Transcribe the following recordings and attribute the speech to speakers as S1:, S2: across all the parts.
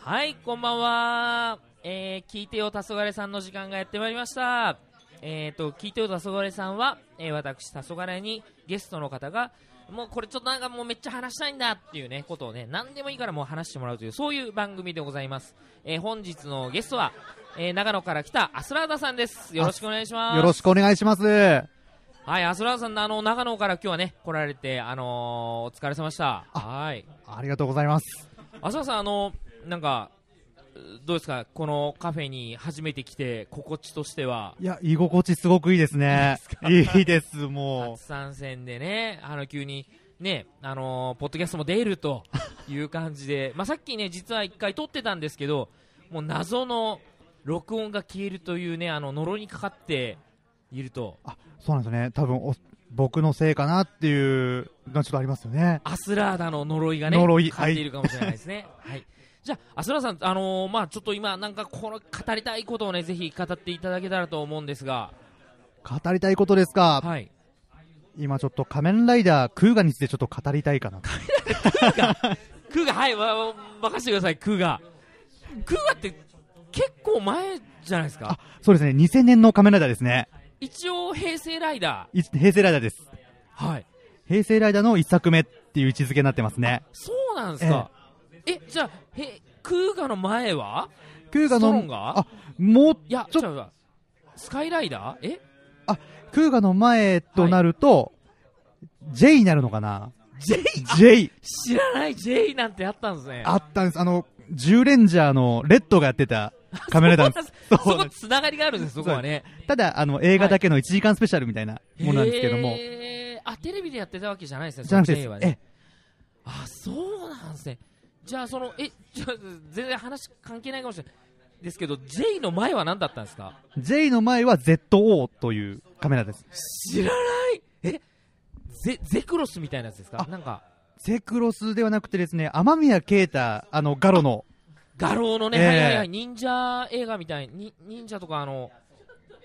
S1: はい、こんばんは。えー、聞いてよ、黄昏さんの時間がやってまいりました。えーと、聞いてよ、黄昏さんは、えー、私、黄昏にゲストの方が、もうこれちょっとなんかもうめっちゃ話したいんだっていうね、ことをね、何でもいいからもう話してもらうという、そういう番組でございます。えー、本日のゲストは、えー、長野から来たアスラーダさんです。よろしくお願いします。
S2: よろしくお願いします。
S1: はい、アスラーダさん、あの、長野から今日はね、来られて、あのー、お疲れ様でした。はい。
S2: ありがとうございます。
S1: 浅田さん、あのなんかうどうですか、このカフェに初めて来て、心地としては、
S2: いや、居心地すごくいいで すね。いいです、も
S1: 初参戦でね、あの急に、ねあのーポッドキャストも出るという感じで、ま あさっきね、実は1回撮ってたんですけど、もう謎の録音が消えるというね、あの呪いにかかっていると、
S2: う。そうなんですね。多分お、僕のせいかなっていうのはちょっとありますよね。
S1: アスラーダの呪いがね、
S2: 呪い
S1: かかっているかもしれないですね。はいじゃあ、アスラーダさん、あのーまあ、ちょっと今、なんかこの語りたいことをね、ぜひ語っていただけたらと思うんですが、
S2: 語りたいことですか、
S1: はい、
S2: 今ちょっと仮面ライダークーガについてちょっと語りたいかな。
S1: クーガはいわわ任せてくださいクーガクーガって結構前じゃないですか
S2: あそうですね。2000年の仮面ライダーですね。
S1: 一応平成ライダ
S2: い平成ライダーです。
S1: ーはい
S2: 平成ライダーの一作目っていう位置づけになってますね。
S1: そうなんですかえじゃあへクーガの前は
S2: クーガ
S1: スト
S2: の、
S1: ロンが
S2: あ、もう、
S1: いや
S2: ちょ
S1: 違うわスカイライダーえ
S2: クーガの前となると、J になるのかな
S1: J
S2: ?J。
S1: 知らない J なんてあったんですね
S2: あったんです。あの、10レンジャーのレッドがやっ てたカメラダンス。
S1: そ
S2: そう
S1: こつながりがあるんですそこはね
S2: ただ、あの、映画だけの1時間スペシャルみたいなものなんですけども。
S1: へーあテレビでやってたわけじゃないですね
S2: じゃなく
S1: その J は
S2: て、
S1: ね
S2: え、
S1: あそうなんですねじゃあそのえじゃあ全然話関係ないかもしれないですけど J の前は何だったんですか
S2: J の前は ZO というカメラです。
S1: 知らないえゼゼクロスみたいなやつですか
S2: あ
S1: なんか
S2: セクロスではなくてですね、雨宮啓太、あの、ガロの、
S1: 画廊のね、
S2: ええ
S1: はいはいはい忍者映画みたいに忍者とかあの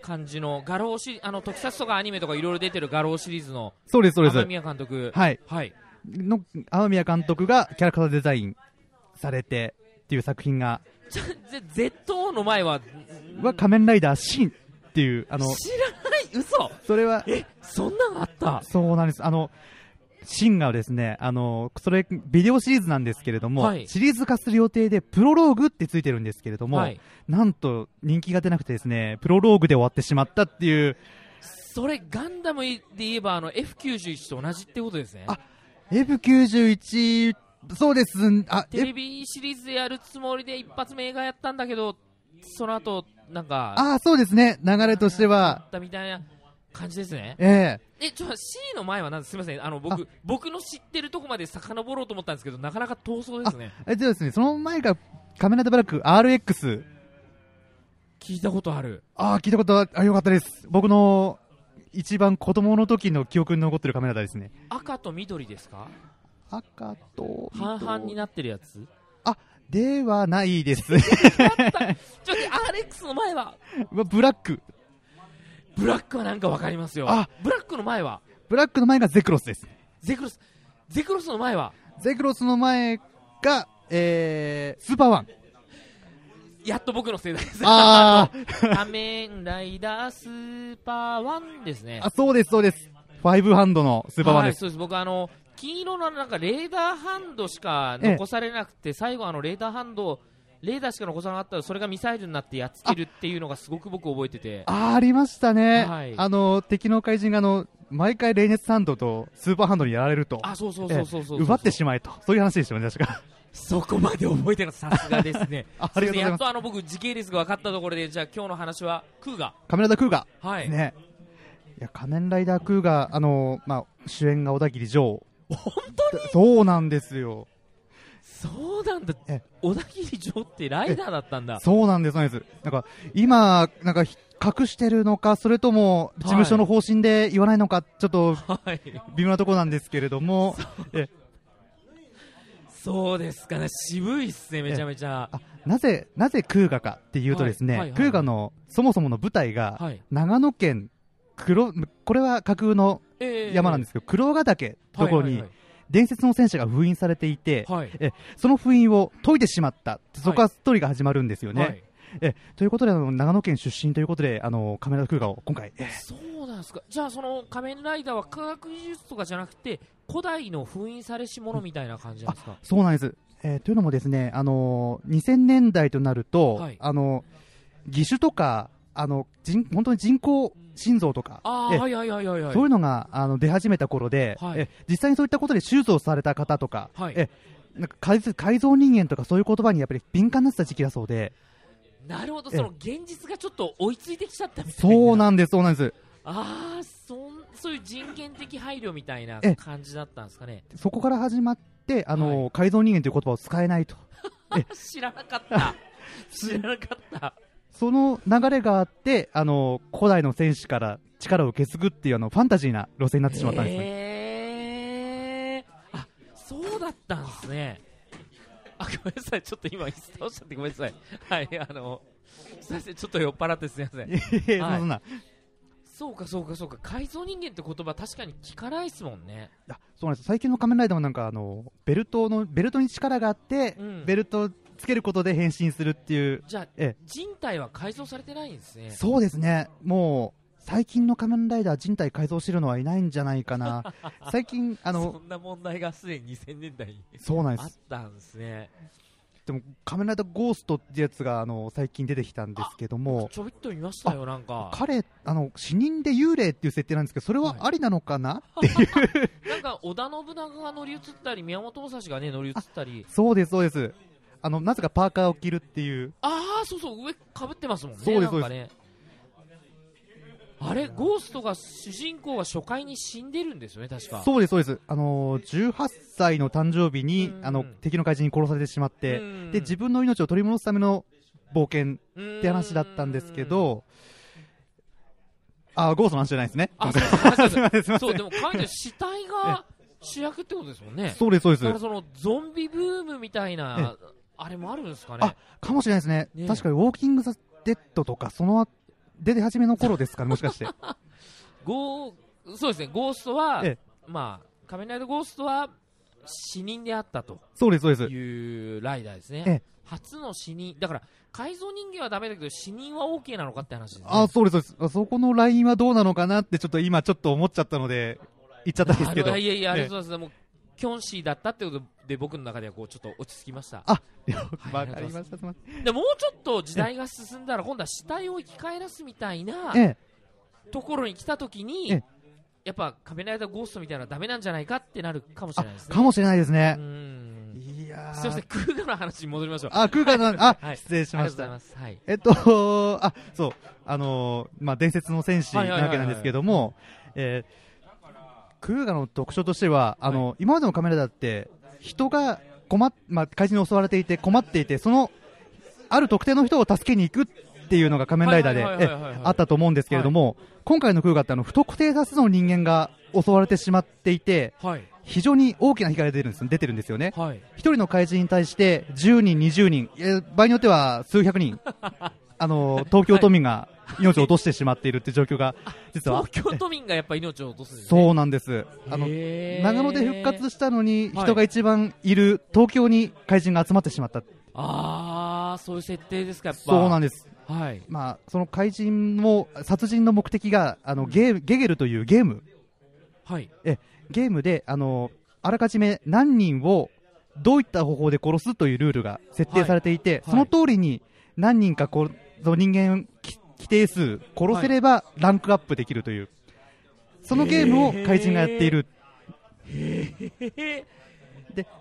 S1: 感じの画廊しあの特撮とかアニメとかいろいろ出てる画廊シリーズの
S2: そうです、そうです
S1: 雨。宮監督
S2: はい。
S1: はい
S2: の、雨宮監督がキャラクターデザインされてっていう作品が、
S1: じゃぜ ZO の前は
S2: は仮面ライダーシンっていう、あの、
S1: 知らない嘘
S2: それは、
S1: えそんなのあった
S2: そうなんです。あの、シンがですね、あの、それ、ビデオシリーズなんですけれども、
S1: はい
S2: シリーズ化する予定で、プロローグってついてるんですけれども、
S1: はい
S2: なんと人気が出なくてですね、プロローグで終わってしまったっていう、
S1: それガンダムで言えばあの F91 と同じってことですね
S2: あ F91、そうです、あ、
S1: テ
S2: F-
S1: レビシリーズでやるつもりで一発目映画やったんだけどその後なんか
S2: あ、そうですね、流れとしては、
S1: ったみたいな感じですね
S2: ええ
S1: えちょ C の前はなんですすみませんあの僕僕の知ってるとこまで遡ろうと思ったんですけどなかなか遠そうですね
S2: えでですね、その前が、カメライダーブラック RX、
S1: 聞いたことある
S2: あー聞いたことはあ、よかったです。僕の、一番子供の時の記憶に残ってるカメライダーですね。
S1: 赤と緑ですか
S2: 赤と、
S1: 半々になってるやつ
S2: ではないです。
S1: ちょっと RX の前は
S2: うわブラック。
S1: ブラックはなんかわかりますよ
S2: あ
S1: ブラックの前は
S2: ブラックの前がゼクロスです。
S1: ゼクロスゼクロスの前は
S2: ゼクロスの前が、えー、スーパーワン。
S1: やっと僕の世代です
S2: あー
S1: 仮面ライダースーパーワンですね。
S2: あ、そうです、そうです。ファイブハンドのスーパーワン
S1: は
S2: で
S1: い、
S2: す。
S1: そうです。僕あの、黄色のなんかレーダーハンドしか残されなくて、最後あのレーダーハンド、レーダーしか残さなかったらそれがミサイルになってやっつけるっていうのがすごく僕覚えてて。
S2: あーありましたね。
S1: はい
S2: あの、敵の怪人が、あの、毎回レイネスハンドとスーパーハンドにやられると。
S1: あ、そうそうそうそうそう
S2: 奪って
S1: ま
S2: しまえと。そういう話でしたよね、確か。
S1: そこまで覚えてるさすが
S2: 。
S1: ですね
S2: ああり
S1: すませ
S2: がとうございます
S1: んやっとあの僕時系列が分かったところで、じゃあ今日の話はクーガ。
S2: カメライダークーガ
S1: は
S2: ー。
S1: い。
S2: ね。いや、仮面ライダークーガー、あの、まあ、主演が小田切城。
S1: 本
S2: そうなんですよ。
S1: そうなんだ
S2: え。
S1: 小田切城ってライダーだったんだ。
S2: そうなんです、そうなんです。なんか、今、なんか、ひ隠してるのか、それとも、事務所の方針で言わないのか、ちょっと、
S1: はい。
S2: 微妙なところなんですけれども、え
S1: そうですかね、渋いっすね、めちゃめちゃ。
S2: あなぜ、なぜ空ガかっていうとですね、
S1: はいはいはい
S2: 空ガの、そもそもの舞台が、
S1: はい、
S2: 長野県黒、これは架空の
S1: え
S2: 山なんですすけど、黒ヶ岳ところに、伝説の戦車が封印されていて、
S1: はい
S2: えその封印を解いてしまったってそこ
S1: は
S2: はいストーリーが始まるんですよね。
S1: はい
S2: えということであの長野県出身ということであのカメラ空間を今回、え
S1: そうなんですかじゃあその仮面ライダーは科学技術とかじゃなくて古代の封印されし者みたいな感じなんですか
S2: そうなんです、えーというのもですねあの2000年代となると、
S1: はい
S2: あの義手とかあの人本当に人工心臓とか
S1: あ
S2: え
S1: あはいはいはいはいはい
S2: そういうのがあの出始めた頃で、
S1: はい
S2: え実際にそういったことで手術をされた方とか、
S1: はい
S2: えなんか改造改造人間とかそういう言葉にやっぱり敏感になってた時期だそうで、
S1: なるほど
S2: え
S1: その現実がちょっと追いついてきちゃったみたいな
S2: そうなんです、そうなんです、
S1: ああそんそういう人権的配慮みたいな
S2: え
S1: 感じだったんですかね
S2: そこから始まって、あの改造人間という言葉を使えないと、
S1: 知らなかった 知らなかった
S2: その流れがあって、あの古代の戦士から力を受け継ぐっていうあのファンタジーな路線になってしまったんですね。
S1: へーあそうだったんですねあごめんなさいちょっと今椅子倒しちゃってごめんなさいはいあのすいませんちょっと酔っ払ってすいません
S2: いやいや
S1: はい
S2: そんな
S1: そうかそうかそうか改造人間って言葉確かに聞かないですもんね
S2: あそうなんです最近の仮面ライダーもなんかあのベルトのベルトに力があって、
S1: うん
S2: ベルトをつけることで変身するっていう
S1: じゃあ
S2: え
S1: 人体は改造されてないんですね
S2: そうですね、もう最近の仮面ライダー、人体改造してるのはいないんじゃないかな、最近、あ
S1: そ
S2: の
S1: んな問題がすでに2000年代に
S2: そうなんで
S1: あっ
S2: す、
S1: たんですね
S2: でも仮面ライダーゴーストってやつがあの最近出てきたんですけども、
S1: ちょびっと見ましたよなんか
S2: 彼あの、死人で幽霊っていう設定なんですけど、それはありなのかな、
S1: なんか織田信長が乗り移ったり宮本武蔵がね乗り移ったり
S2: そうです、そうです。あのなぜかパーカーを着るっていう、
S1: ああそうそう上かぶってますもんね
S2: そうです
S1: なんかねあれゴーストが主人公が初回に死んでるんですよね確か
S2: そうです、そうです、あの18歳の誕生日に
S1: うん
S2: あの敵の怪人に殺されてしまって、で自分の命を取り戻すための冒険
S1: 分
S2: って話だったんですけど、あゴーストの話じゃないです ね。
S1: あそうそう
S2: す
S1: そ
S2: み
S1: う
S2: ません、すみませ
S1: そ
S2: ん
S1: う。でも彼女死体が主役ってことですもんね
S2: そうです、そう
S1: だから
S2: です。
S1: そのゾンビブームみたいなあれもあるんですかね
S2: あかもしれないですね。
S1: ねえ
S2: 確かに、ウォーキング・ザ・デッドとか、その、出て初めの頃で すかね、もしかして。
S1: ゴーそうですねゴーストは
S2: ええ
S1: まあ仮面ライダーゴーストは死人であったと
S2: そうです、そうです。
S1: いうライダーですね、
S2: ええ
S1: 初の死人、だから改造人間はダメだけど、死人は OK なのかって話ですね。
S2: あそうです、そうです。あそこのラインはどうなのかなって、ちょっと今、ちょっと思っちゃったので、言っちゃったんですけ ど。
S1: あのいやいや、あ
S2: ええ
S1: りがとうございます、もうキョンシーだったってことで、僕の中ではこうちょっと落ち着きました。
S2: あ、了解
S1: はい
S2: わかりました、すみま
S1: でもうちょっと時代が進んだら、今度は死体を生き返らすみたいな
S2: せん。ええ、
S1: ところに来たときに、
S2: ええ
S1: やっぱ仮面ライダーゴーストみたいなのはダメなんじゃないかってなるかもしれ
S2: あ
S1: ないです、ね。
S2: かもしれないですね
S1: う。ん
S2: いやー
S1: すいません、空間の話に戻りましょう。あ
S2: あ、空間さん、あ、
S1: はい
S2: 失礼し
S1: りがとう
S2: まし
S1: ござい
S2: た。
S1: ます。はい、
S2: えっと、あそう、あのーまあ、伝説の戦士な
S1: はいはいはい
S2: わ
S1: はい
S2: けなんですけども、えークーガの特徴としては、あの今までのカメラだって、人が困っ、まあ、怪人に襲われていて困っていて、そのある特定の人を助けに行くっていうのが仮面ライダーで
S1: はいはいはいはいはい
S2: えあったと思うんですけれども、今回のクーガってあの不特定多数の人間が襲われてしまっていて、
S1: はい、
S2: 非常に大きな被害が出るんです出てるんですよね。
S1: はい、
S2: 一人の怪人に対して10人、20人、えー場合によっては数 百人、あのー東京都民が命を落としてしまっているって状況が、実は
S1: 東、京都民がやっぱ命を落とすんですね。
S2: そうなんです。あの
S1: へー
S2: 長野で復活したのに、
S1: はい
S2: 人が一番いる東京に怪人が集まってしまった、
S1: ああそういう設定ですかやっぱ
S2: そうなん
S1: で
S2: です、
S1: すはい
S2: まあ、その怪人も殺人の目的があのゲーゲゲルというゲーム、
S1: はい
S2: えゲームであのあらかじめ何人をどういった方法で殺すというルールが設定されていて、
S1: はい
S2: その通りに何人かこその人間き規定数殺せればランクアップできるという、そのゲームを怪人がやっている、で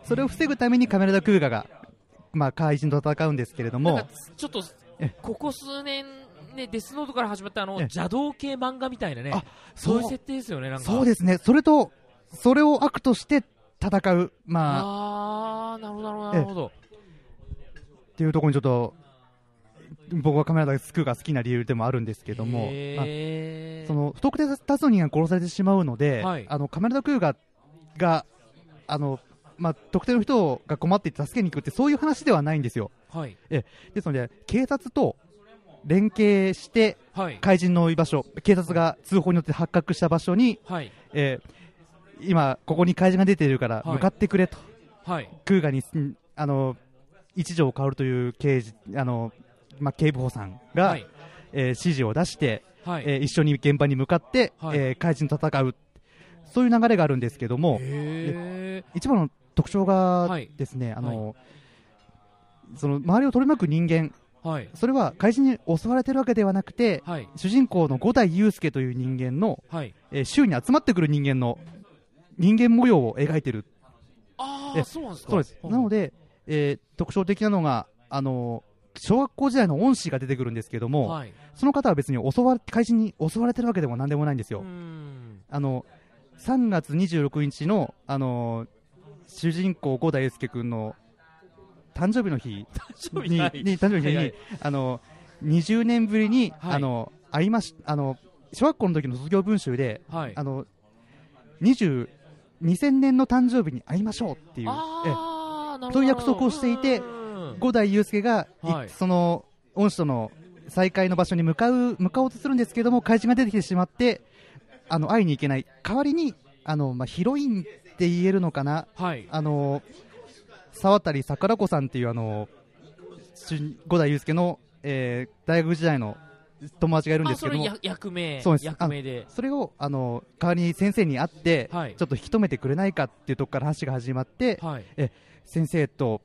S2: それを防ぐためにカメラダ・クーガが、まあ、怪人と戦うんですけれど
S1: なん
S2: も
S1: かちょっと
S2: え
S1: ここ数年ねデスノートから始まったあの
S2: え
S1: 邪道系漫画みたいなね
S2: あ
S1: そういう
S2: そう
S1: 設定ですよねなんか
S2: そうですねそれとそれを悪として戦う、まあ、
S1: ああーなるほどなるほど
S2: っていうところにちょっと僕はカメラダスクーが好きな理由でもあるんですけども、まあ
S1: へー
S2: その不特定多数の人間が殺されてしまうので、
S1: はい
S2: あのカメラダクーガがあの、まあ、特定の人が困っていて助けに行くってそういう話ではないんですよ
S1: はい
S2: ですので警察と連携して
S1: はい
S2: 怪人の居場所警察が通報によって発覚した場所に、
S1: はい
S2: えー今ここに怪人が出ているから
S1: はい
S2: 向かってくれと、
S1: はい
S2: クーガにんあの一条薫という刑事あの、まあ、警部補さんが、
S1: はい
S2: えー指示を出して、
S1: はい
S2: えー一緒に現場に向かって、
S1: はい
S2: えー怪人と戦うそういう流れがあるんですけども、
S1: へ
S2: 一番の特徴が
S1: はい
S2: ですね、あのその周りを取り巻く人間
S1: ーはい
S2: それは怪人に襲われてるわけではなくて、
S1: はい
S2: 主人公の五代祐介という人間の、
S1: はい
S2: えー周囲に集まってくる人間の人間模様を描いてる
S1: あ
S2: え
S1: あそうなんですか
S2: そうです、
S1: ほう
S2: なので、えー特徴的なのがあの小学校時代の恩師が出てくるんですけども、
S1: はい
S2: その方は別に襲われ怪人に襲われてるわけでもなんでもないんで
S1: う
S2: すよ、
S1: ーん
S2: あの3月26日のあの主人公五代祐介君の誕生日の日
S1: そう
S2: にに誕生日の日に、
S1: はいはい
S2: あの20年ぶりに、
S1: はい
S2: あの会いましあの小学校の時の卒業文集で
S1: はい
S2: あの20 2000年の誕生日に会いましょうっていうえ
S1: ああなるほど
S2: そういう約束をしていて
S1: うーん
S2: 五代祐介が、い
S1: はい
S2: その恩師との再会の場所に向かう向かおうとするんですけども怪人が出てきてしまってあの会いに行けない代わりにあの、まあ、ヒロインって言えるのかな
S1: はい
S2: あの沢渡桜子さんっていうあの主五代祐介の、えー大学時代の友達がいるん
S1: あ
S2: です
S1: そ
S2: けど
S1: れ
S2: も
S1: や役名
S2: そうです
S1: 役名で
S2: それをあの代わりに先生に会って、
S1: はい
S2: ちょっと引き止めてくれないかっていうとこから話が始まって、
S1: はい
S2: 先生と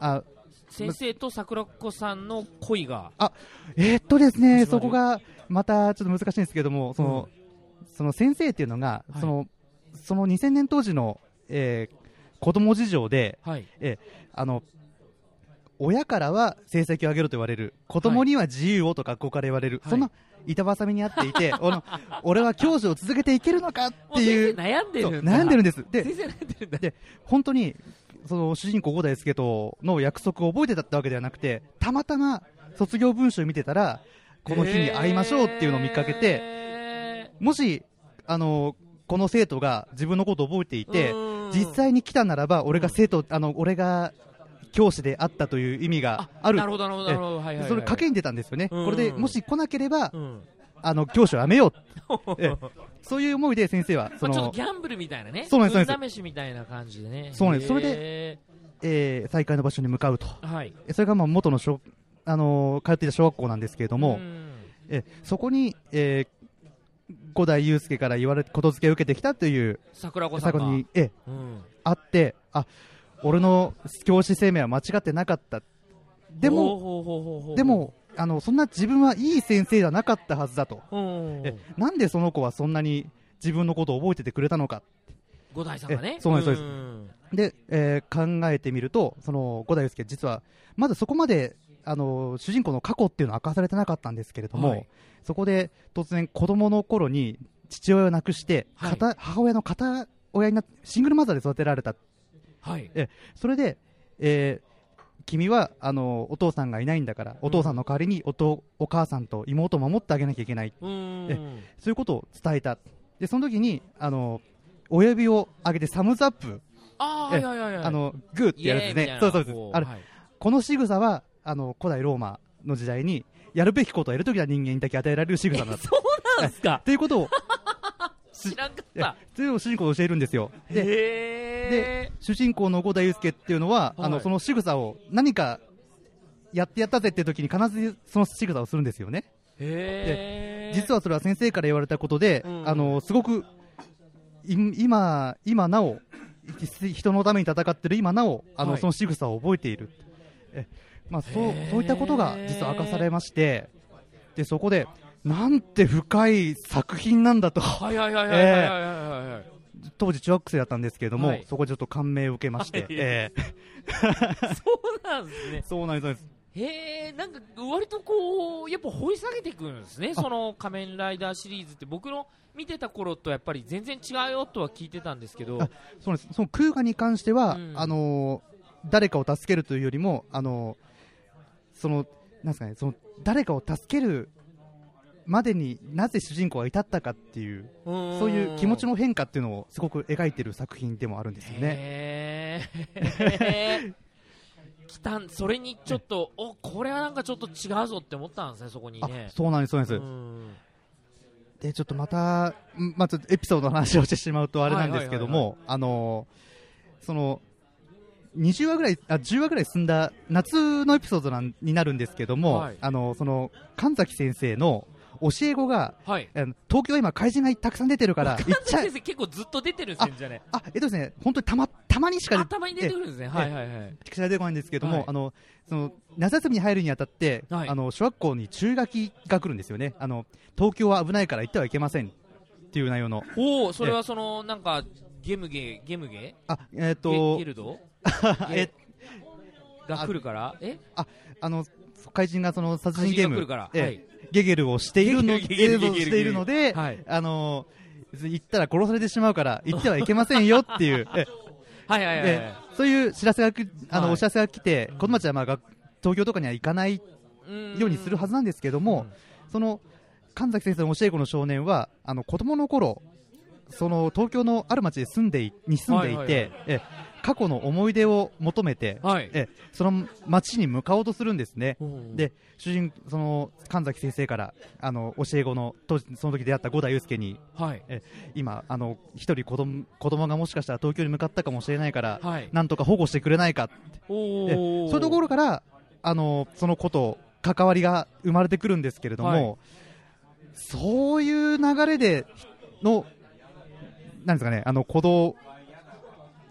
S2: あ
S1: 先生と桜子さんの恋が
S2: えーっとですね、
S1: 始まる
S2: そこがまたちょっと難しいんですけども、その、その先生っていうのが、
S1: はい
S2: その、その2000年当時の、えー子供事情で、
S1: はい
S2: あの、親からは成績を上げろと言われる、子供には自由をと学校から言われる、
S1: はい
S2: その板挟みにあっていて、 あの俺は教授を続けていけるのかっ
S1: も
S2: て
S1: う先生
S2: いう、
S1: 悩んで
S2: そう
S1: るんだ
S2: 悩んでるんです。で、
S1: 先生悩んでるんだ
S2: 本当にその主人公五代助との約束を覚えてたってわけではなくてたまたま卒業文集を見てたら この日に会いましょうっていうのを見かけて、
S1: て
S2: もしあのこの生徒が自分のことを覚えていて実際に来たならば俺が生徒、あの俺が教師であったという意味がある
S1: なるほどなるほどなるほどはいはいはい
S2: それ賭けに出たんですよね、
S1: うん
S2: これでもし来なければ、
S1: うん
S2: あの教師をやめようええ
S1: ま
S2: そういう思いで先生はそ
S1: あちょっ
S2: の
S1: と、ギャンブルみたいなね
S2: そうなんですそう
S1: 運試しみたいな感じでね
S2: そうなんですそれで
S1: で
S2: えー再会の場所に向かうと
S1: はい
S2: それがまあ元の小、あのー通っていた小学校なんですけれど
S1: う
S2: も、
S1: ん
S2: えそこに、えー五代祐介から言われことづけを受けてきたという
S1: 桜子さ
S2: 最
S1: んが
S2: 後にえ
S1: うん
S2: あってあ俺の教師生命は間違ってなかったでも
S1: ほうほうほうほうほう
S2: でもあのそんな自分はいい先生ではなかったはずだと
S1: うん
S2: えなんでその子はそんなに自分のことを覚えててくれたのか
S1: 五代さんがね
S2: えそうなんです
S1: ん
S2: で、えー考えてみるとその五代祐介実はまだそこまであの主人公の過去っていうのは明かされてなかったんですけれども、
S1: はい
S2: そこで突然子供の頃に父親を亡くして、
S1: はい
S2: 片母親の片親になってシングルマザーで育てられた
S1: はい
S2: それで、えー君はあのお父さんがいないんだからお父さんの代わりにおとお母さんと妹を守ってあげなきゃいけない
S1: うん
S2: そういうことを伝えたでその時にあの親指を上げてサムズアップ、
S1: ああはいはいはいはい
S2: あのグーって
S1: イ
S2: や
S1: エ
S2: る
S1: ー
S2: んで
S1: イみ
S2: す
S1: たい
S2: ね
S1: な
S2: そうそうそう
S1: こ
S2: あれ
S1: はい
S2: この仕草はあの古代ローマの時代にやるべきことをやるときは人間にだけ与えられる仕草なん だと
S1: そうなんすか
S2: いうこと を
S1: 知らんかっ
S2: え
S1: た
S2: というのを主人公を教えるんですよで
S1: へえ
S2: 主人公の五代祐介っていうのは、
S1: はい
S2: あのその仕草を何かやってやったぜっていう時に必ずその仕草をするんですよね
S1: へえ
S2: 実はそれは先生から言われたことで、
S1: うん
S2: あのすごくい今今なおひ人のために戦ってる今なおあの、
S1: はい
S2: その仕草を覚えているえ、まあ、そう
S1: へー
S2: そういったことが実は明かされましてでそこでなんて深い作品なんだと
S1: はいはいはいはいはいはいはいはい
S2: 当時中学生だったんですけれども、
S1: はい
S2: そこでちょっと感銘を受けまして、
S1: はい
S2: ええ
S1: そうなんですね。
S2: そうなんですそうなんです
S1: へえ、なんか割とこう、やっぱ掘り下げていくんですね、その仮面ライダーシリーズって、僕の見てた頃とやっぱり全然違うよとは聞いてたんですけど、
S2: あそうなんですその空ガに関しては、
S1: うん
S2: あのー誰かを助けるというよりも、あのーそのなんですかね、その誰かを助けるまでになぜ主人公が至ったかっていう、
S1: そ
S2: そういう気持ちの変化っていうのをすごく描いてる作品でもあるんですよね。
S1: へえ。来たん、それにちょっと、お、これはなんかちょっと違うぞって思ったんですね、そこに
S2: あ
S1: ね。
S2: そうなんです、そうなんです、
S1: うん
S2: でちょっとまた、んまあ、ちょっとエピソードの話をしてしまうとあれなんですけど
S1: はいはい
S2: も、あのーその20話ぐらいあ10話ぐらい進んだ夏のエピソードなんになるんですけども、
S1: はい
S2: あのその神崎先生の教え子が
S1: はい。
S2: あの東京は今怪人がたくさん出てるから行っちゃ
S1: 先
S2: え
S1: 生結構ずっと出てるんですねじゃね。
S2: あえっとですね本当にたまたまにしか
S1: あたまに出てくるんですね。はいはいはい。
S2: しか出てこないんですけども、
S1: はい
S2: あのその夏休みに入るにあたって、
S1: はい
S2: あの小学校に注意書きが来るんですよねあの東京は危ないから行ってはいけませんっていう内容の
S1: おお、それはその、なんか、ゲムゲ、ゲムゲ
S2: あえっ、
S1: ゲ
S2: と
S1: ゲルド
S2: え
S1: が来るからえ
S2: あの怪人がその殺人
S1: 怪
S2: ゲー
S1: 人が来
S2: ム
S1: るから。
S2: ええ
S1: はい。
S2: ゲゲルをしてい るの
S1: ゲゲルゲゲルゲゲル
S2: えーしているので、
S1: はい
S2: あの行ったら殺されてしまうから行ってはいけませんよって いう、え
S1: はいはいはいは
S2: え
S1: い。
S2: そういう知らせがくあの、
S1: はい
S2: お知らせが来て子供たちはまあ学東京とかには行かないようにするはずなんですけども、その神崎先生の教え子の少年はあの子供の頃その東京のある町で住んでいに住んでいて、
S1: はいはいはい
S2: え過去の思い出を求めて、
S1: うん。はい。
S2: えその町に向かおうとするんですね。
S1: おー
S2: で主人その神崎先生からあの教え子の当時その時出会った五代祐介に
S1: はい。
S2: 今あの一人子供子供がもしかしたら東京に向かったかもしれないから、
S1: はい。
S2: なんとか保護してくれないか
S1: お
S2: え
S1: お。
S2: そういうところからあのその子と関わりが生まれてくるんですけれども、
S1: はい
S2: そういう流れでのなんですかねあの子供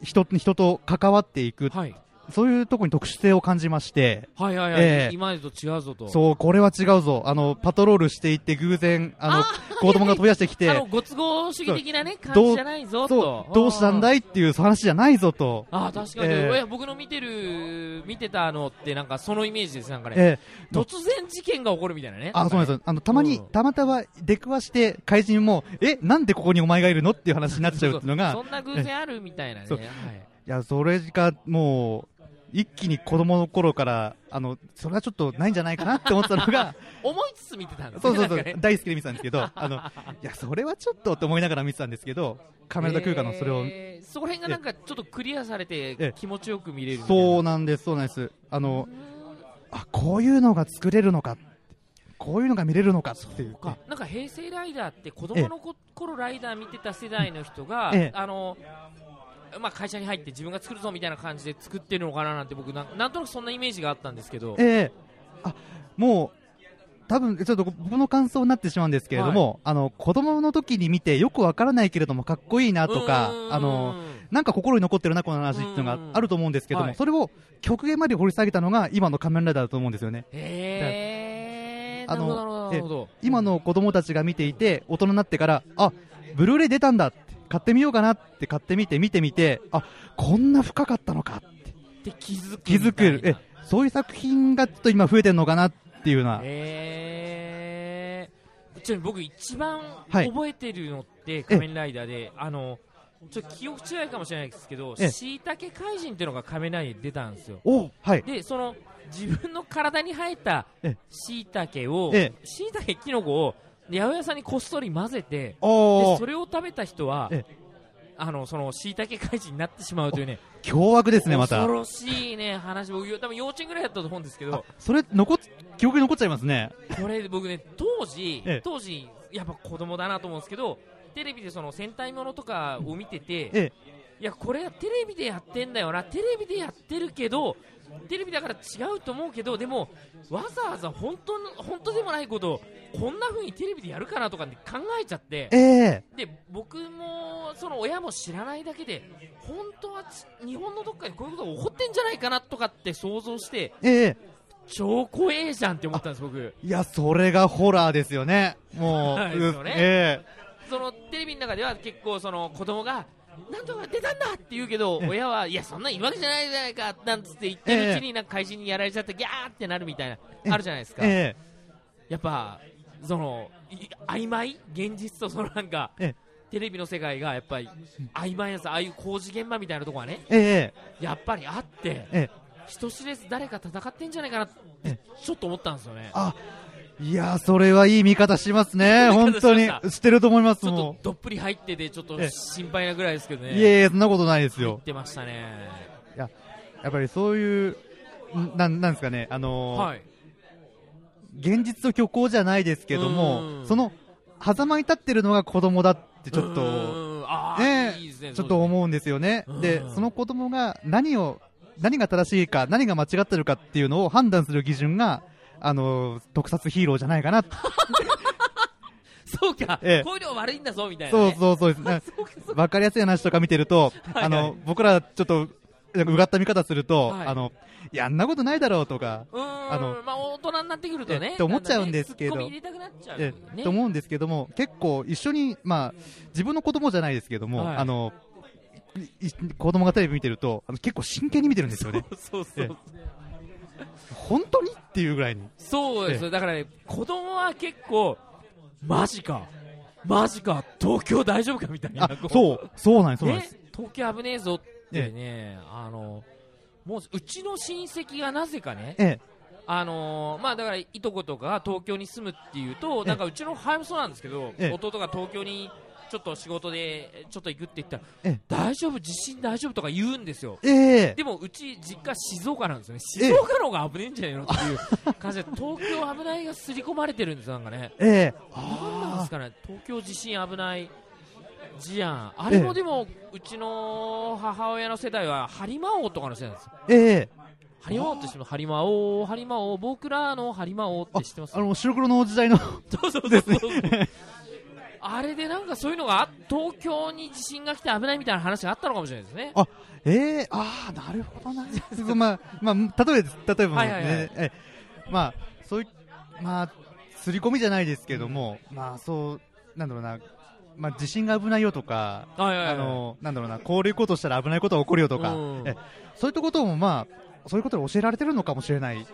S2: 人人と関わっていく、
S1: はい。
S2: そういうところに特殊性を感じまして
S1: はいはいはい、
S2: ええ
S1: 今までと違うぞと。
S2: そうこれは違うぞあのパトロールしていって偶然あの子供が飛び出してき
S1: あ
S2: て
S1: の、ご都合主義的なね、感
S2: どう
S1: じじゃないぞ
S2: そ
S1: と。
S2: うどうしたんだ
S1: い
S2: いっていう話じゃないぞと。
S1: あー確かに、
S2: ええ
S1: いや僕の見てる、見てたのって、なんかそのイメージです、なんかね、
S2: ええ
S1: 突然事件が起こるみたいなね。
S2: あ、そうなんですす。あの、たまに
S1: うん、
S2: たまたま出くわして、怪人も、え、なんでここにお前がいるのっていう話になっちゃうっていうのが、
S1: そんな偶然あるみたいなね。
S2: そう
S1: はい
S2: いや、それがもう、一気に子供の頃から、あの、それはちょっとないんじゃないかなって思ってたのが、
S1: 思いつつ見てたんですね
S2: そうそうそ
S1: な
S2: う
S1: か
S2: ん
S1: ね、
S2: 大好きで見てたんですけど、あの、いや、それはちょっとって思いながら見てたんですけど、カメラ空間のそれを、
S1: えーそこら辺がなんかちょっとクリアされて
S2: え
S1: 気持ちよく見れるみたいな
S2: そうなんです、そうなんです。あの、あ、こういうのが作れるのか、こういうのが見れるのかっていう。
S1: かなんか平成ライダーって子供のこ頃ライダー見てた世代の人が、
S2: ええ
S1: あのまあ、会社に入って自分が作るぞみたいな感じで作ってるのかななんて僕なんなんとなくそんなイメージがあったんですけど、
S2: ええあもう多分ちょっと僕の感想になってしまうんですけれども、あの子供の時に見てよくわからないけれどもかっこいいなとか
S1: うーん
S2: あのなんか心に残ってるなこの話っていう
S1: う
S2: のが
S1: ん
S2: あると思うんですけども、
S1: はい
S2: それを極限まで掘り下げたのが今の仮面ライダーだと思うんですよね
S1: へえな
S2: あ
S1: るほ
S2: の
S1: どなるほどなるほど
S2: 今の子供たちが見ていて大人になってからあブルーレイ出たんだって買ってみようかなって買ってみて見てみてあこんな深かったのかって
S1: って気づく
S2: 気づく
S1: みたい
S2: え
S1: な
S2: そういう作品がちょっと今増えてるのかなっていうような、
S1: へえちなみに僕一番
S2: はい
S1: 覚えてるのって仮面ライダーで、あのちょっと記憶違いかもしれないですけど
S2: ええ
S1: しいたけ怪人っていうのが仮面ライダーに出たんですよ
S2: おはい
S1: でその自分の体に生えた
S2: え
S1: しいたけを
S2: え
S1: しいたけきのこを八百屋さんにこっそり混ぜて
S2: お
S1: で
S2: ー
S1: それを食べた人は
S2: え
S1: あのその椎茸怪人になってしまうというね
S2: 凶悪ですねまた
S1: 恐ろしいね話僕多分幼稚園ぐらいだったと思うんですけ
S2: あ
S1: ど
S2: それ残っ記憶に残っちゃいますね
S1: これ僕ね当時
S2: ええ
S1: 当時やっぱ子供だなと思うんですけどテレビでその戦隊ものとかを見てて、
S2: え
S1: いやこれはテレビでやってんだよなテレビでやってるけどテレビだから違うと思うけどでもわざわざ本当の本当でもないことをこんな風にテレビでやるかなとかって考えちゃって
S2: ええ
S1: で僕もその親も知らないだけで本当はち日本のどっかでこういうことが起こってんじゃないかなとかって想像して
S2: ええ
S1: 超怖えじゃんって思ったんです僕
S2: いやそれがホラーですよねも う、
S1: はいですよね
S2: え
S1: そのテレビの中では結構その子供がなんとか出たんだって言うけど
S2: ええ
S1: 親はいやそんなんいるわけじゃないじゃないかなんつって言ってるうちになんか怪人にやられちゃってギャーってなるみたいな
S2: え
S1: あるじゃないです
S2: え
S1: かや
S2: え
S1: っぱそのい曖昧現実とそのなんか
S2: え
S1: テレビの世界がやっぱり曖昧なさああいう工事現場みたいなとこはね
S2: ええ
S1: やっぱりあって
S2: ええ
S1: 人知れず誰か戦ってんじゃないかなって
S2: ええ
S1: ちょっと思ったんですよね
S2: あいやそれはいい見方します
S1: い
S2: ね
S1: い 見
S2: 本
S1: 方しました
S2: 当にしてると思います
S1: ちょっと
S2: も
S1: どっぷり入っててちょっと
S2: ええ
S1: 心配なぐらいですけど
S2: う
S1: ね
S2: いえいえそんなことないです
S1: 入っ
S2: よ
S1: てましたね
S2: やっぱりそういうんなんなんですかねあのー
S1: はい
S2: 現実と虚構じゃないですけど
S1: う
S2: も
S1: ん
S2: その狭間に立ってるのが子供だってちょっ
S1: う
S2: と、
S1: ーんあー
S2: ね
S1: いいですね
S2: ちょっと思うんですよね
S1: うん。
S2: で、その子供が何を、何が正しいか、何が間違ってるかっていうのを判断する基準が、あの、特撮ヒーローじゃない かな。
S1: そうか、
S2: ええ
S1: こういうの悪いんだぞみたいな、
S2: そう
S1: ね、
S2: そうそうです。
S1: そうかそう
S2: わかりやすい話とか見てると、
S1: はい
S2: あの、僕らちょっと、なんかうがった見方すると、
S1: はい
S2: あの、いや、あんなことないだろうとか、
S1: うーん
S2: あの
S1: まあ大人になってくると
S2: え
S1: ね
S2: えって思っちゃうんですけど
S1: だんだんねツッコミ入れたくなっちゃうよ
S2: え
S1: ね、
S2: と思うんですけども、結構一緒に、まあ、自分の子供じゃないですけども、
S1: はい
S2: あの、いい子供がテレビ見てると、あの結構真剣に見てるんですよね。
S1: そうそう
S2: ええ 本当にっていうぐらいに。
S1: そうです、だからね、子供は結構、マジか、マジか、東京大丈夫かみたいな
S2: あ、、そう、そうなんです、そうなん
S1: ね
S2: です。、
S1: 東京危ねえぞってね、あのもううちの親戚がなぜかね、
S2: ええ、
S1: あのーまあだからいとことかが東京に住むっていうと、
S2: ええ
S1: なんかうちの母親もそうなんですけど、
S2: ええ
S1: 弟が東京にちょっと仕事でえちょっと行くって言ったら、
S2: え
S1: 大丈夫、地震大丈夫とか言うんですよ。
S2: ええ
S1: でもうち実家静岡なんですよね、
S2: ええ
S1: 静岡の方が危ねえんじゃないのっていう感 じで、東京危ないが刷り込まれてるんですよ、なんかね、
S2: ええ
S1: なんなんで
S2: あ
S1: すかね、東京地震危ない事案、あれ
S2: え
S1: も
S2: え
S1: でも、うちの母親の世代は、ハリマ王とかの世代なんですよ、
S2: ーええ
S1: ハリマ王って知ってます、ハリマ王、ハリマ王、僕らのハリマ王って知ってます
S2: あの、白黒の時代の、
S1: そうそうそうそう。あれでなんかそういうのがあ東京に地震が来て危ないみたいな話があったのかもしれないですね。
S2: ええああ、なるほどな。そうまあ、まあ、例えば、例えば
S1: は
S2: ね、
S1: いはいはい
S2: ええまあ、そういまあ、刷り込みじゃないですけども、まあ、そう、なんだろうな、まあ、地震が危ないよとか、
S1: はいはいはい
S2: あ の、なんだろうな、こういうことしたら危ないことが起こるよとか、
S1: うん
S2: えそういったことも、まあ、そういうことを教えられてるのかもしれないで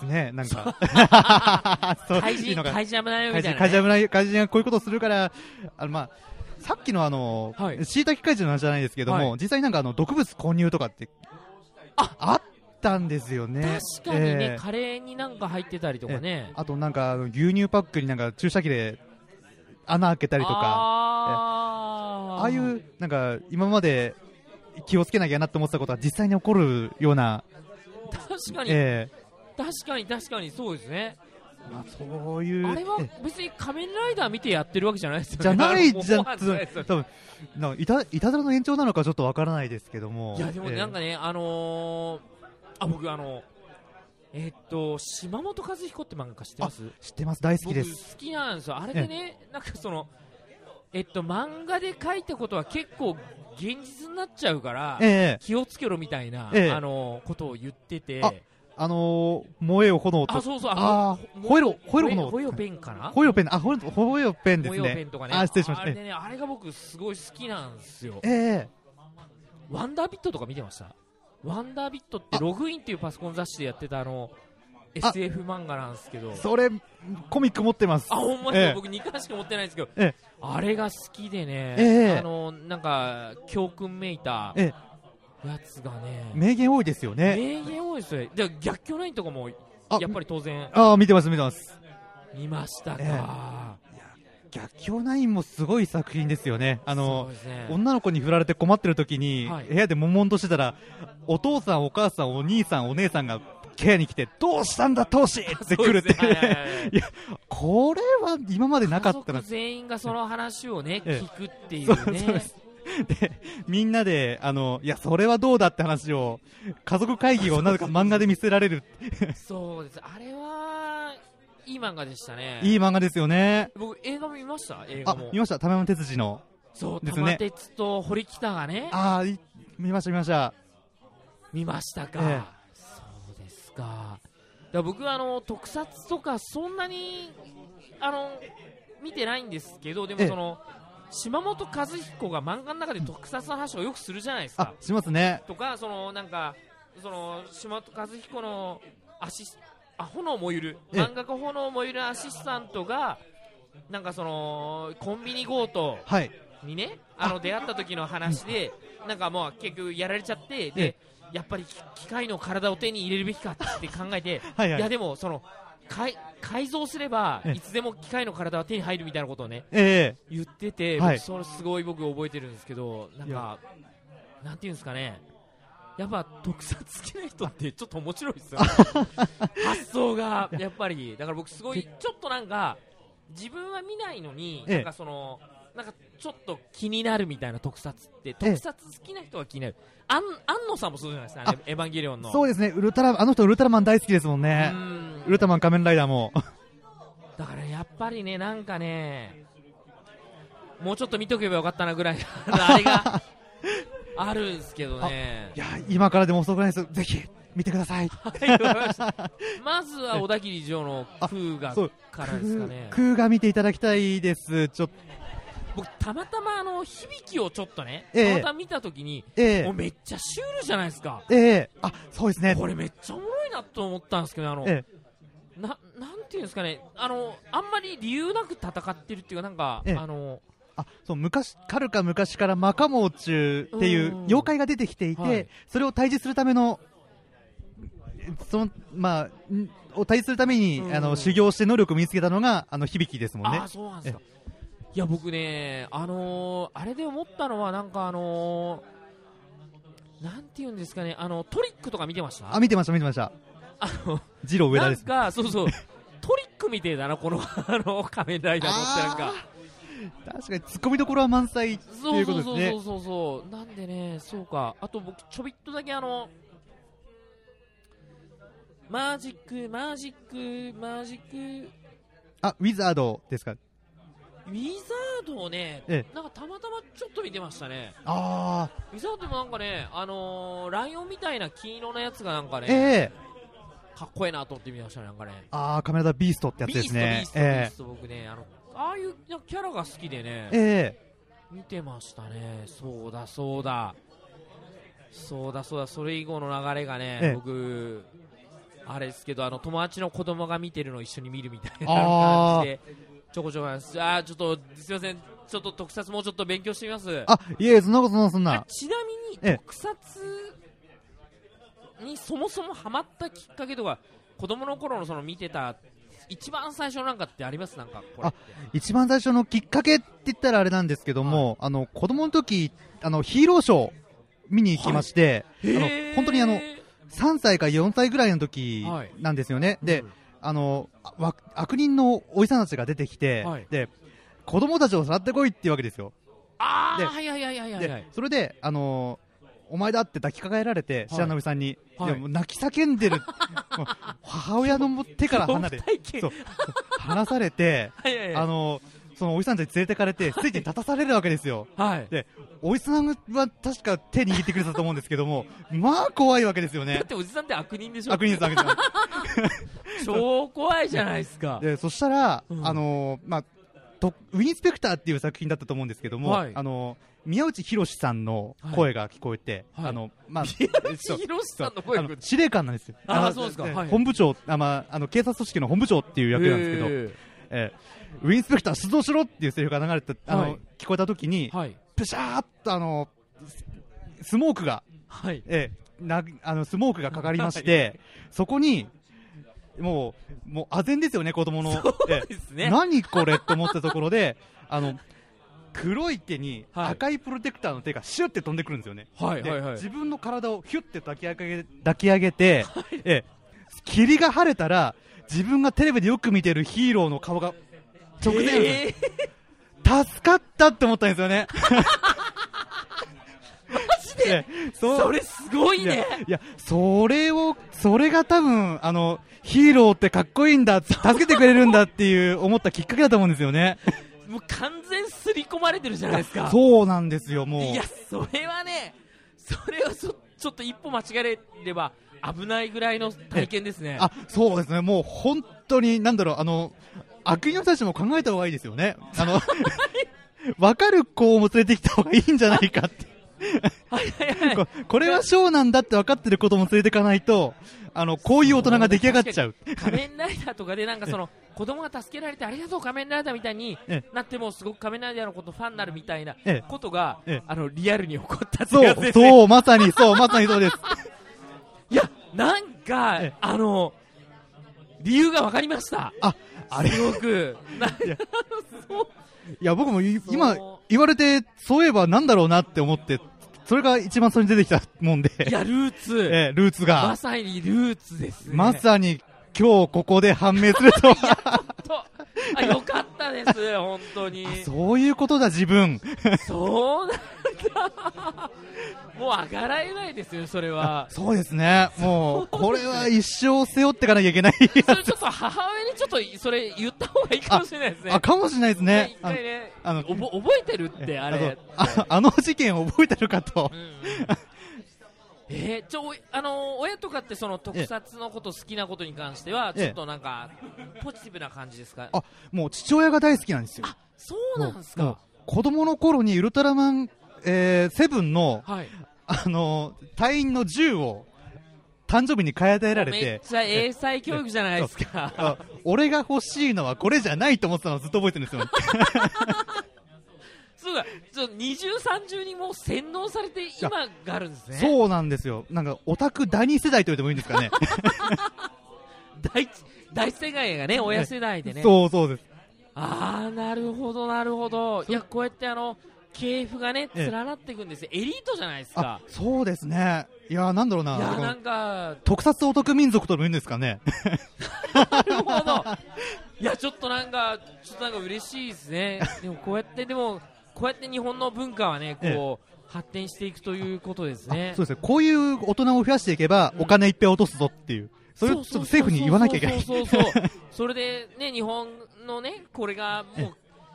S2: すね、なんか。 そう
S1: 怪
S2: いい
S1: 人、
S2: のかな
S1: 怪人危ないよみ
S2: 怪
S1: たいな、
S2: 人、
S1: ね。
S2: 怪人危ない、怪人がこういうことをするから、あの、まあ、さっきのあの、
S1: はい
S2: 椎茸怪人の話じゃないですけども、
S1: は
S2: 実際なんかあの、毒物購入とかって、
S1: あ
S2: ったんですよね。
S1: 確かにね、
S2: えー
S1: カレーになんか入ってたりとかね。
S2: あとなんか、あの牛乳パックになんか注射器で穴開けたりとか、
S1: あー
S2: ああいう、なんか、今まで気をつけなきゃなって思ってたことは実際に起こるような、
S1: 確かに、
S2: え
S1: 確かに確かにそうですね。
S2: ーまあ、そういう。
S1: あれは
S2: えー
S1: 別に仮面ライダー見てやってるわけじゃないですよね。
S2: じ ゃないじゃん、
S1: あのもうないですよね
S2: 多分なんかいた、いたずらの延長なのかちょっとわからないですけども。
S1: いやでも
S2: えー
S1: なんかね、あのー、あ僕あのえっと島本和彦って漫画家知ってます？
S2: 知ってます、大好き
S1: 僕
S2: で
S1: 好
S2: す。
S1: きなんですよ、あれでね、なんかその、えっと、漫画で書いたことは結構現実になっちゃうから、
S2: ええ
S1: 気をつけろみたいな、
S2: ええ
S1: あのことを言ってて、
S2: ああのー、燃えよ炎と。
S1: あそうそう、
S2: あー
S1: の
S2: ほえろほえろ炎
S1: ほえろペンかな
S2: ほよペン、あ、ほよ、ほよペンです
S1: ほえろペ
S2: ね
S1: ン。とかね、
S2: あ、失礼しまし
S1: あ
S2: た。
S1: れ
S2: え
S1: でね、あれが僕、すごい好きなんですよ
S2: え、え
S1: ワンダービットとか見てました、ワンダービットって
S2: あ
S1: ログインっていうパソコン雑誌でやってたあの
S2: あ
S1: SF 漫画なんですけど
S2: え。それ、コミック持ってます
S1: あ、。ほんまに、
S2: ええ
S1: 僕2巻しか持ってないんですけど、
S2: ええ
S1: あれが好きでね、
S2: ええ
S1: あの、なんか、教訓めいた
S2: え
S1: やつがね、
S2: 名言多いですよね。
S1: 名言多いですよ。じゃあ逆境ラインとかも、や
S2: あ
S1: っぱり当然
S2: あー、見てます、見てます。
S1: 見ました
S2: え
S1: か。
S2: 逆境ナインもすごい作品ですよね。あ
S1: そう
S2: の、
S1: ですね
S2: 女の子に振られて困ってる時に、
S1: はい
S2: 部屋で悶々としてたら、お父さん、お母さん、お兄さん、お姉さんがケアに来て、どうしたんだ、投資って来る
S1: そ
S2: っ
S1: うですねはいはい
S2: て。
S1: はい
S2: いや、これは今まで なかっ
S1: 家
S2: たな
S1: 族。全員がその話をね、
S2: ええ
S1: 聞くってい
S2: そう
S1: う
S2: そう
S1: ね。
S2: です。で、みんなで、あの、いや、それはどうだって話を、家族会議をなぜか漫画で見せら れる。
S1: そうです。あれは、いい漫画でしたね。
S2: いい漫画ですよね。
S1: 僕、映画も見ました映画
S2: あ
S1: も、
S2: 見。ました。玉山哲司の。
S1: そう、
S2: ですね
S1: 玉鉄と堀北がね、
S2: ああ、い見ました、見ました。
S1: 見ましたか、
S2: ええ
S1: そうですかだから僕はあの特撮とかそんなにあの見てないんですけどでも
S2: ええ
S1: その、島本和彦が漫画の中で特撮の話をよくするじゃないです
S2: あ
S1: か、
S2: しますね。
S1: とかそのなんかその島本和彦のアシスあ炎もゆる
S2: ええ
S1: 漫画家炎もゆるアシスタントがなんかそのコンビニ強盗
S2: はい。
S1: にねあの出会った時の話で、なんかもう結局やられちゃって、で
S2: え
S1: やっぱりき機械の体を手に入れるべきかって考えて、
S2: はい
S1: い
S2: はい。
S1: やでもその改改造すれば
S2: ええ
S1: いつでも機械の体は手に入るみたいなことをね
S2: え
S1: 言ってて、
S2: はい
S1: 僕それすごい僕覚えてるんですけど、なん
S2: い
S1: かなんていうんですかね。やっぱ特撮好きな人ってちょっと面白いですよね発想がやっぱりだから僕すごいちょっとなんか自分は見ないのに、
S2: ええ
S1: なんかその、なんかちょっと気になるみたいな特撮って、
S2: ええ
S1: 特撮好きな人は気になる。あん、安野さんもそうじゃないですか、あのエヴァンゲリオンの。
S2: そうですね、ウルトラ、あの人ウルトラマン大好きですもん
S1: う
S2: ね。
S1: ん
S2: ウルトラマン仮面ライダーも。
S1: だからやっぱりね、なんかね、もうちょっと見とけばよかったなぐらい、 あれがあるんですけどね
S2: い。や、 今からでも遅くないです。ぜひ、見てください。
S1: はいわかりましたまずは小田切城の空が
S2: あそう
S1: からですかね。
S2: 空が見ていただきたいです。ちょっと、
S1: 僕たまたまあの響きをちょっとね、
S2: ええ
S1: たまたま見たときに、
S2: え
S1: も
S2: え
S1: うめっちゃシュールじゃないですか。
S2: ええあ、そうですね。
S1: これめっちゃおもろいなと思ったんですけど、あの、
S2: え
S1: ななんていうんですかね、あのあんまり理由なく戦ってるっていうかなんか、
S2: ええ
S1: あの
S2: あそう昔かるか昔からマカモチュっていう
S1: うん
S2: 妖怪が出てきていて、
S1: はい
S2: それを退治するためのそのまあんを退治するために、
S1: うん
S2: あの修行して能力を身につけたのがあの響きですもんね
S1: ああそうなんですか。いや僕ね、あのーあれで思ったのはなんかあのーなんていうんですかね、あのトリックとか見てました。
S2: あ見てました見てました
S1: あの
S2: ジロー上田
S1: な
S2: で
S1: ん
S2: す
S1: かそうそう。トリックみてえだな、この、 あの、仮面ライダーのってなんか。
S2: 確かにツッコミどころは満載って
S1: そ
S2: いううこ
S1: そ
S2: と
S1: う
S2: です
S1: そうそうそ
S2: ね
S1: うそうなんでねそうかあと僕ちょびっとだけあのマジックマジックマジック
S2: あウィザードですか
S1: ウィザードをね、
S2: え
S1: なんかたまたまちょっと見てましたね
S2: ああ
S1: ウィザードもなんかねあのーライオンみたいな金色のやつがなんかね、
S2: ええ
S1: かっこいいなと思って見ましたねなんかね
S2: ああカメラだビーストってやつ
S1: ビ
S2: で
S1: ー
S2: す
S1: ストビー
S2: ね
S1: スト、ビー
S2: え
S1: スト僕ねあのああいうなんかキャラが好きでね
S2: えええ
S1: 見てましたね、そうだそうだ、そうだそうだ、それ以後の流れがね、
S2: ええ
S1: 僕、あれですけど、あの友達の子供が見てるのを一緒に見るみたいな
S2: あ
S1: 感
S2: ー
S1: じで、ちょこちょこなんです、あーちょっとすいません、ちょっと特撮、もうちょっと勉強してみます。
S2: あいえそんなことそんなそん
S1: あ
S2: な
S1: ちなみに、
S2: ええ
S1: 特撮にそもそもハマったきっかけとか、子供の頃のその見てた、一番最初なんかってあります、なんかこれって
S2: 一番最初のきっかけって言ったらあれなんですけども、あの子供の時あのヒーローショー見に行きまして、あ
S1: へー
S2: の本当にあの3歳か4歳ぐらいの時
S1: はい
S2: なんですよね、で
S1: うん
S2: あのあわ悪人のおじさんたちが出てきて、
S1: はい
S2: で子供たちをさらってこいっていうわけですよ、
S1: あー
S2: で
S1: はいはいはいはいはい、はい
S2: で。それであのお前だって抱きかかえられて、
S1: はい
S2: 白波さんに、
S1: はい
S2: でも泣き叫 んでるもう母親の手から離れ
S1: 恐怖体験
S2: そう離されて
S1: はいはいはい
S2: あのそのおじさんたち連れてかれて、ステージに立たされるわけですよ。
S1: はい。
S2: で、おじさんは確か手握ってくれたと思うんですけども、 まあ怖いわけですよ
S1: だ
S2: ね
S1: っ。ておじさんって悪人でしょ
S2: 悪人です、悪人で
S1: 超怖いじゃないですか
S2: す。。で、そしたら、
S1: うん
S2: あのまあ、とウィンスペクターっていう作品だったと思うんですけども、
S1: はい
S2: あの宮内博さんの声が聞こえて、
S1: はい
S2: あの、まあ、そう
S1: ひろしさんの
S2: そう
S1: 声
S2: あ
S1: が
S2: の司令官なんですよ。
S1: あー
S2: の
S1: そうですかはい
S2: 本部長、あまあ、あの警察組織の本部長っていう役なんですけど、えーウィンスペクター出動しろっていうセリフが流れて、あの、
S1: はい
S2: 聞こえた時に、
S1: はい。
S2: プシャーっとあのススモークが、
S1: はい。
S2: ええなあのスモークがかかりまして、そこにもうもう唖然ですよね、子供の。ええ
S1: ですね。
S2: 何これと思ったところで、あの黒い手に
S1: はい
S2: 赤いプロテクターの手がシュって飛んでくるんですよね。
S1: はい
S2: で
S1: はいはい。
S2: 自分の体をヒュッて抱き上げ抱き上げて、ええ霧が晴れたら自分がテレビでよく見てるヒーローの顔が直前なんですよ
S1: えー
S2: 助かったって思ったんですよね。
S1: マジで
S2: ええそう
S1: それすごい
S2: いや
S1: ね。
S2: いや、それを、それが多分、あの、ヒーローってかっこいいんだ、助けてくれるんだっていう思ったきっかけだと思うんですよね。
S1: もう完全すり込まれてるじゃないですか。
S2: そうなんですよ、もう。
S1: いや、それはね、それをそちょっと一歩間違えれば危ないぐらいの体験ですね。
S2: あ、そうですね、もう本当に、なんだろう、あの、悪人の人たちも考えた方がいいですよね。あの、わかる子を連れてきた方がいいんじゃないかって。
S1: はいはいはい。
S2: ここれはショーなんだって分かってる子供連れてかないと、あの、こういう大人が出来上がっちゃう。
S1: 仮面ライダーとかでなんかその子供が助けられてありがとう仮面ライダーみたいに
S2: え
S1: なってもすごく仮面ライダーのことファンになるみたいな
S2: ええ
S1: ことが
S2: ええ
S1: あのリアルに起こったって
S2: そ
S1: やつ
S2: う、
S1: ですね
S2: そう、まさに、そう、まさにそ うです。
S1: いやなんか
S2: ええ
S1: あの理由が分かりました
S2: あ、あれ
S1: すごくなんか
S2: いや
S1: そう
S2: いや、僕もい
S1: そう
S2: 今言われて、そういえばなんだろうなって思って、それが一番それに出てきたもんで、
S1: いやルーツ
S2: ええルーツ
S1: ま
S2: が、
S1: さにルーツですね
S2: まさに今日ここで判明するとは、
S1: とあよかった嫌です本当に
S2: あそういうことだ自分
S1: そうなんだもう上がらえないですよそれは
S2: そうですねもうこれは一生背負っていかなきゃいけない
S1: それちょっと母親にちょっとそれ言った方がいいかもしれないですね
S2: あかもしれないです
S1: ね
S2: ね
S1: 一
S2: あ
S1: 回
S2: の
S1: ね
S2: あの
S1: おぼ覚えてるってあれ
S2: あそうああの事件覚えてるかと
S1: うんうんえーちょおいあのー親とかってその特撮のこと好きなことに関しては
S2: ええ
S1: ちょっとなんかポジティブな感じですか
S2: あもう父親が大好きなんですよ
S1: あそうなんです
S2: もう
S1: か
S2: 子供の頃にウルトラマン、えーセブンの、
S1: はい
S2: あの隊員の銃を誕生日に買い与えられ
S1: めってちゃ英才教育じゃないですか
S2: あ俺が欲しいのはこれじゃないと思ってたのをずっと覚えてるんですよ
S1: そうかちょっと二重三重にもう洗脳されて今があるん ですね
S2: そうなんですよなんかオタク第二世代と言ってもいいんです かね
S1: 大大世界がね親世代でね
S2: そうそうです
S1: ああなるほどなるほどいやこうやってあの系譜がね
S2: ええ
S1: 連なっていくんですよエリートじゃないです
S2: あ
S1: か
S2: そうですねいやーなんだろうない
S1: や
S2: この
S1: なんか
S2: 特撮オタク民族とも言うんですかね
S1: なるほどいやちょっとなんかちょっとなんか嬉しいですねでもこうやってでもこうやって日本の文化はねこう、発展していくということですね
S2: そうですねこういう大人を増やしていけばお金いっぱい落とすぞっていうそれをちょっと政府に言わなきゃいけない
S1: そうそうそうそうそうそれでね日本のねこれがもう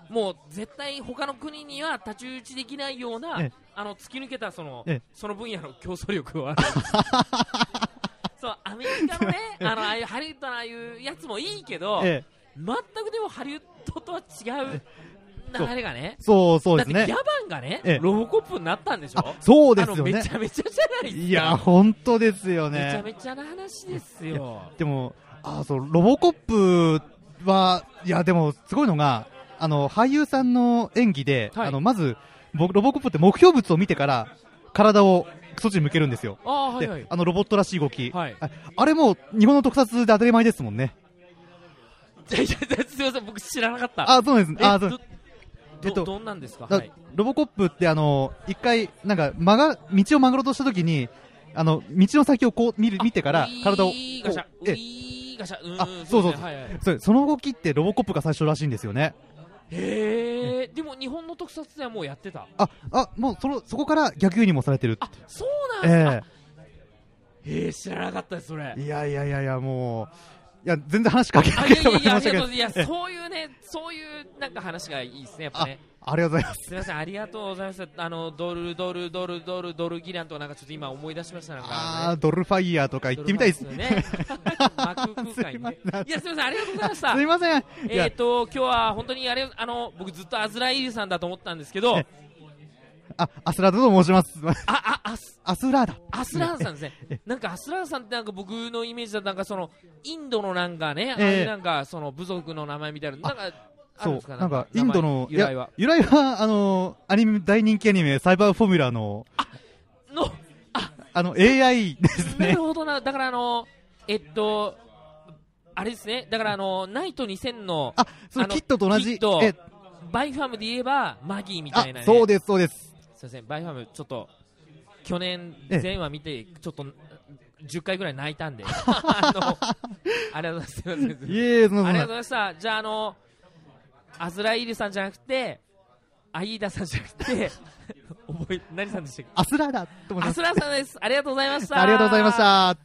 S1: もう絶対他の国には太刀打ちできないような
S2: ええ
S1: あの突き抜けたその
S2: ええ
S1: その分野の競争力 をそうアメリカのねあのああいうハリウッドのああいうやつもいいけど、
S2: ええ
S1: 全くでもハリウッドとは違う
S2: そう
S1: 流れがね
S2: そうそう
S1: だ
S2: で
S1: っ
S2: す
S1: てギ
S2: ね
S1: ャバンがね、
S2: ええ
S1: ロボコップになったんでしょ
S2: あそうです
S1: あ
S2: よ
S1: のめ
S2: ね
S1: ちゃめちゃじゃないですか
S2: いや本当ですよ
S1: めちゃ
S2: ね
S1: めちゃな話ですよ
S2: でもあそうロボコップはいやでもすごいのがあの俳優さんの演技で、
S1: はい
S2: あのまず僕ロボコップって目標物を見てから体をそっちに向けるんですよ
S1: ああはいはい
S2: であのロボットらしい動き、
S1: はい
S2: ああれもう日本の特撮で当たり前ですもんね
S1: いやいやすみません僕知らなかった
S2: あそうです
S1: え
S2: あそう
S1: ど
S2: えっ
S1: ど
S2: と
S1: どんなんですか
S2: だ
S1: はい
S2: ロボコップってあの一回なんか曲が道を曲がろうとした時にあの道の先をこう見る見てから体を
S1: ウ
S2: こ
S1: ィー
S2: う
S1: ガシャウ
S2: え
S1: ィーガシャうん
S2: あ
S1: ん
S2: そうそう
S1: ですねはいはい
S2: そうその動きってロボコップが最初らしいんですよね
S1: へえでも日本の特撮ではもうやってた
S2: ああもうそのそこから逆輸入もされてる
S1: あそうなんです
S2: え
S1: かへえ知らなかったですそれ
S2: えいやいやいやいやもういや全然話かけな
S1: あい
S2: け
S1: やいや
S2: ればい
S1: いや
S2: ま
S1: あ
S2: した
S1: り
S2: け
S1: がと
S2: ど
S1: ういやそういうねそういうなんか話がいいですねやっぱね
S2: ありがとうございます
S1: すみませんありがとうございますあのドルドルドルドルドルギランとかなんかちょっと今思い出しましたなんか
S2: あードルファイヤーとか行ってみたいです
S1: ド
S2: す
S1: ルファイですよね幕 空間にねいやすみませんありがとうございました
S2: すいませんい
S1: え
S2: や
S1: っ、と今日は本当にあれあの僕ずっとアズライリさんだと思ったんですけど、あ
S2: えあアスラーダと申します
S1: あアス
S2: アスラーダ
S1: アスラーンさんですね。なんかアスラーンさんってなんか僕のイメージだとなんかそのインドのなんかね、
S2: ええ
S1: ああいうなんかその部族の名前みたいななんかあるん
S2: そ
S1: ですか
S2: うなんかインドの
S1: 名前由来はい
S2: や由来はあのアニメ大人気アニメサイバーフォーミュラの
S1: の
S2: あの AI です
S1: な
S2: ね
S1: るほどなだからあのえっとあれですねだからあのナイト2000の
S2: あそ
S1: あ
S2: の
S1: の
S2: キットと同じ
S1: キット
S2: え
S1: バイファムで言えばマギーみ
S2: あ
S1: たいな、ね、
S2: そうですそうです
S1: すいません、バイファム、ちょっと去年、
S2: ええ
S1: 前話見て、ちょっと10回ぐらい泣い たんで、あのありがとうございます、すいません、あ
S2: い
S1: り
S2: えいえそん
S1: がとう
S2: なそんな
S1: ございました、じゃあ、あの、アズライールさんじゃなくて、アイーダさんじゃなくて、覚え何さんでしたっけ
S2: アスラーダと申します
S1: アスラさんです、ありがとうございました。
S2: ありがとうございました。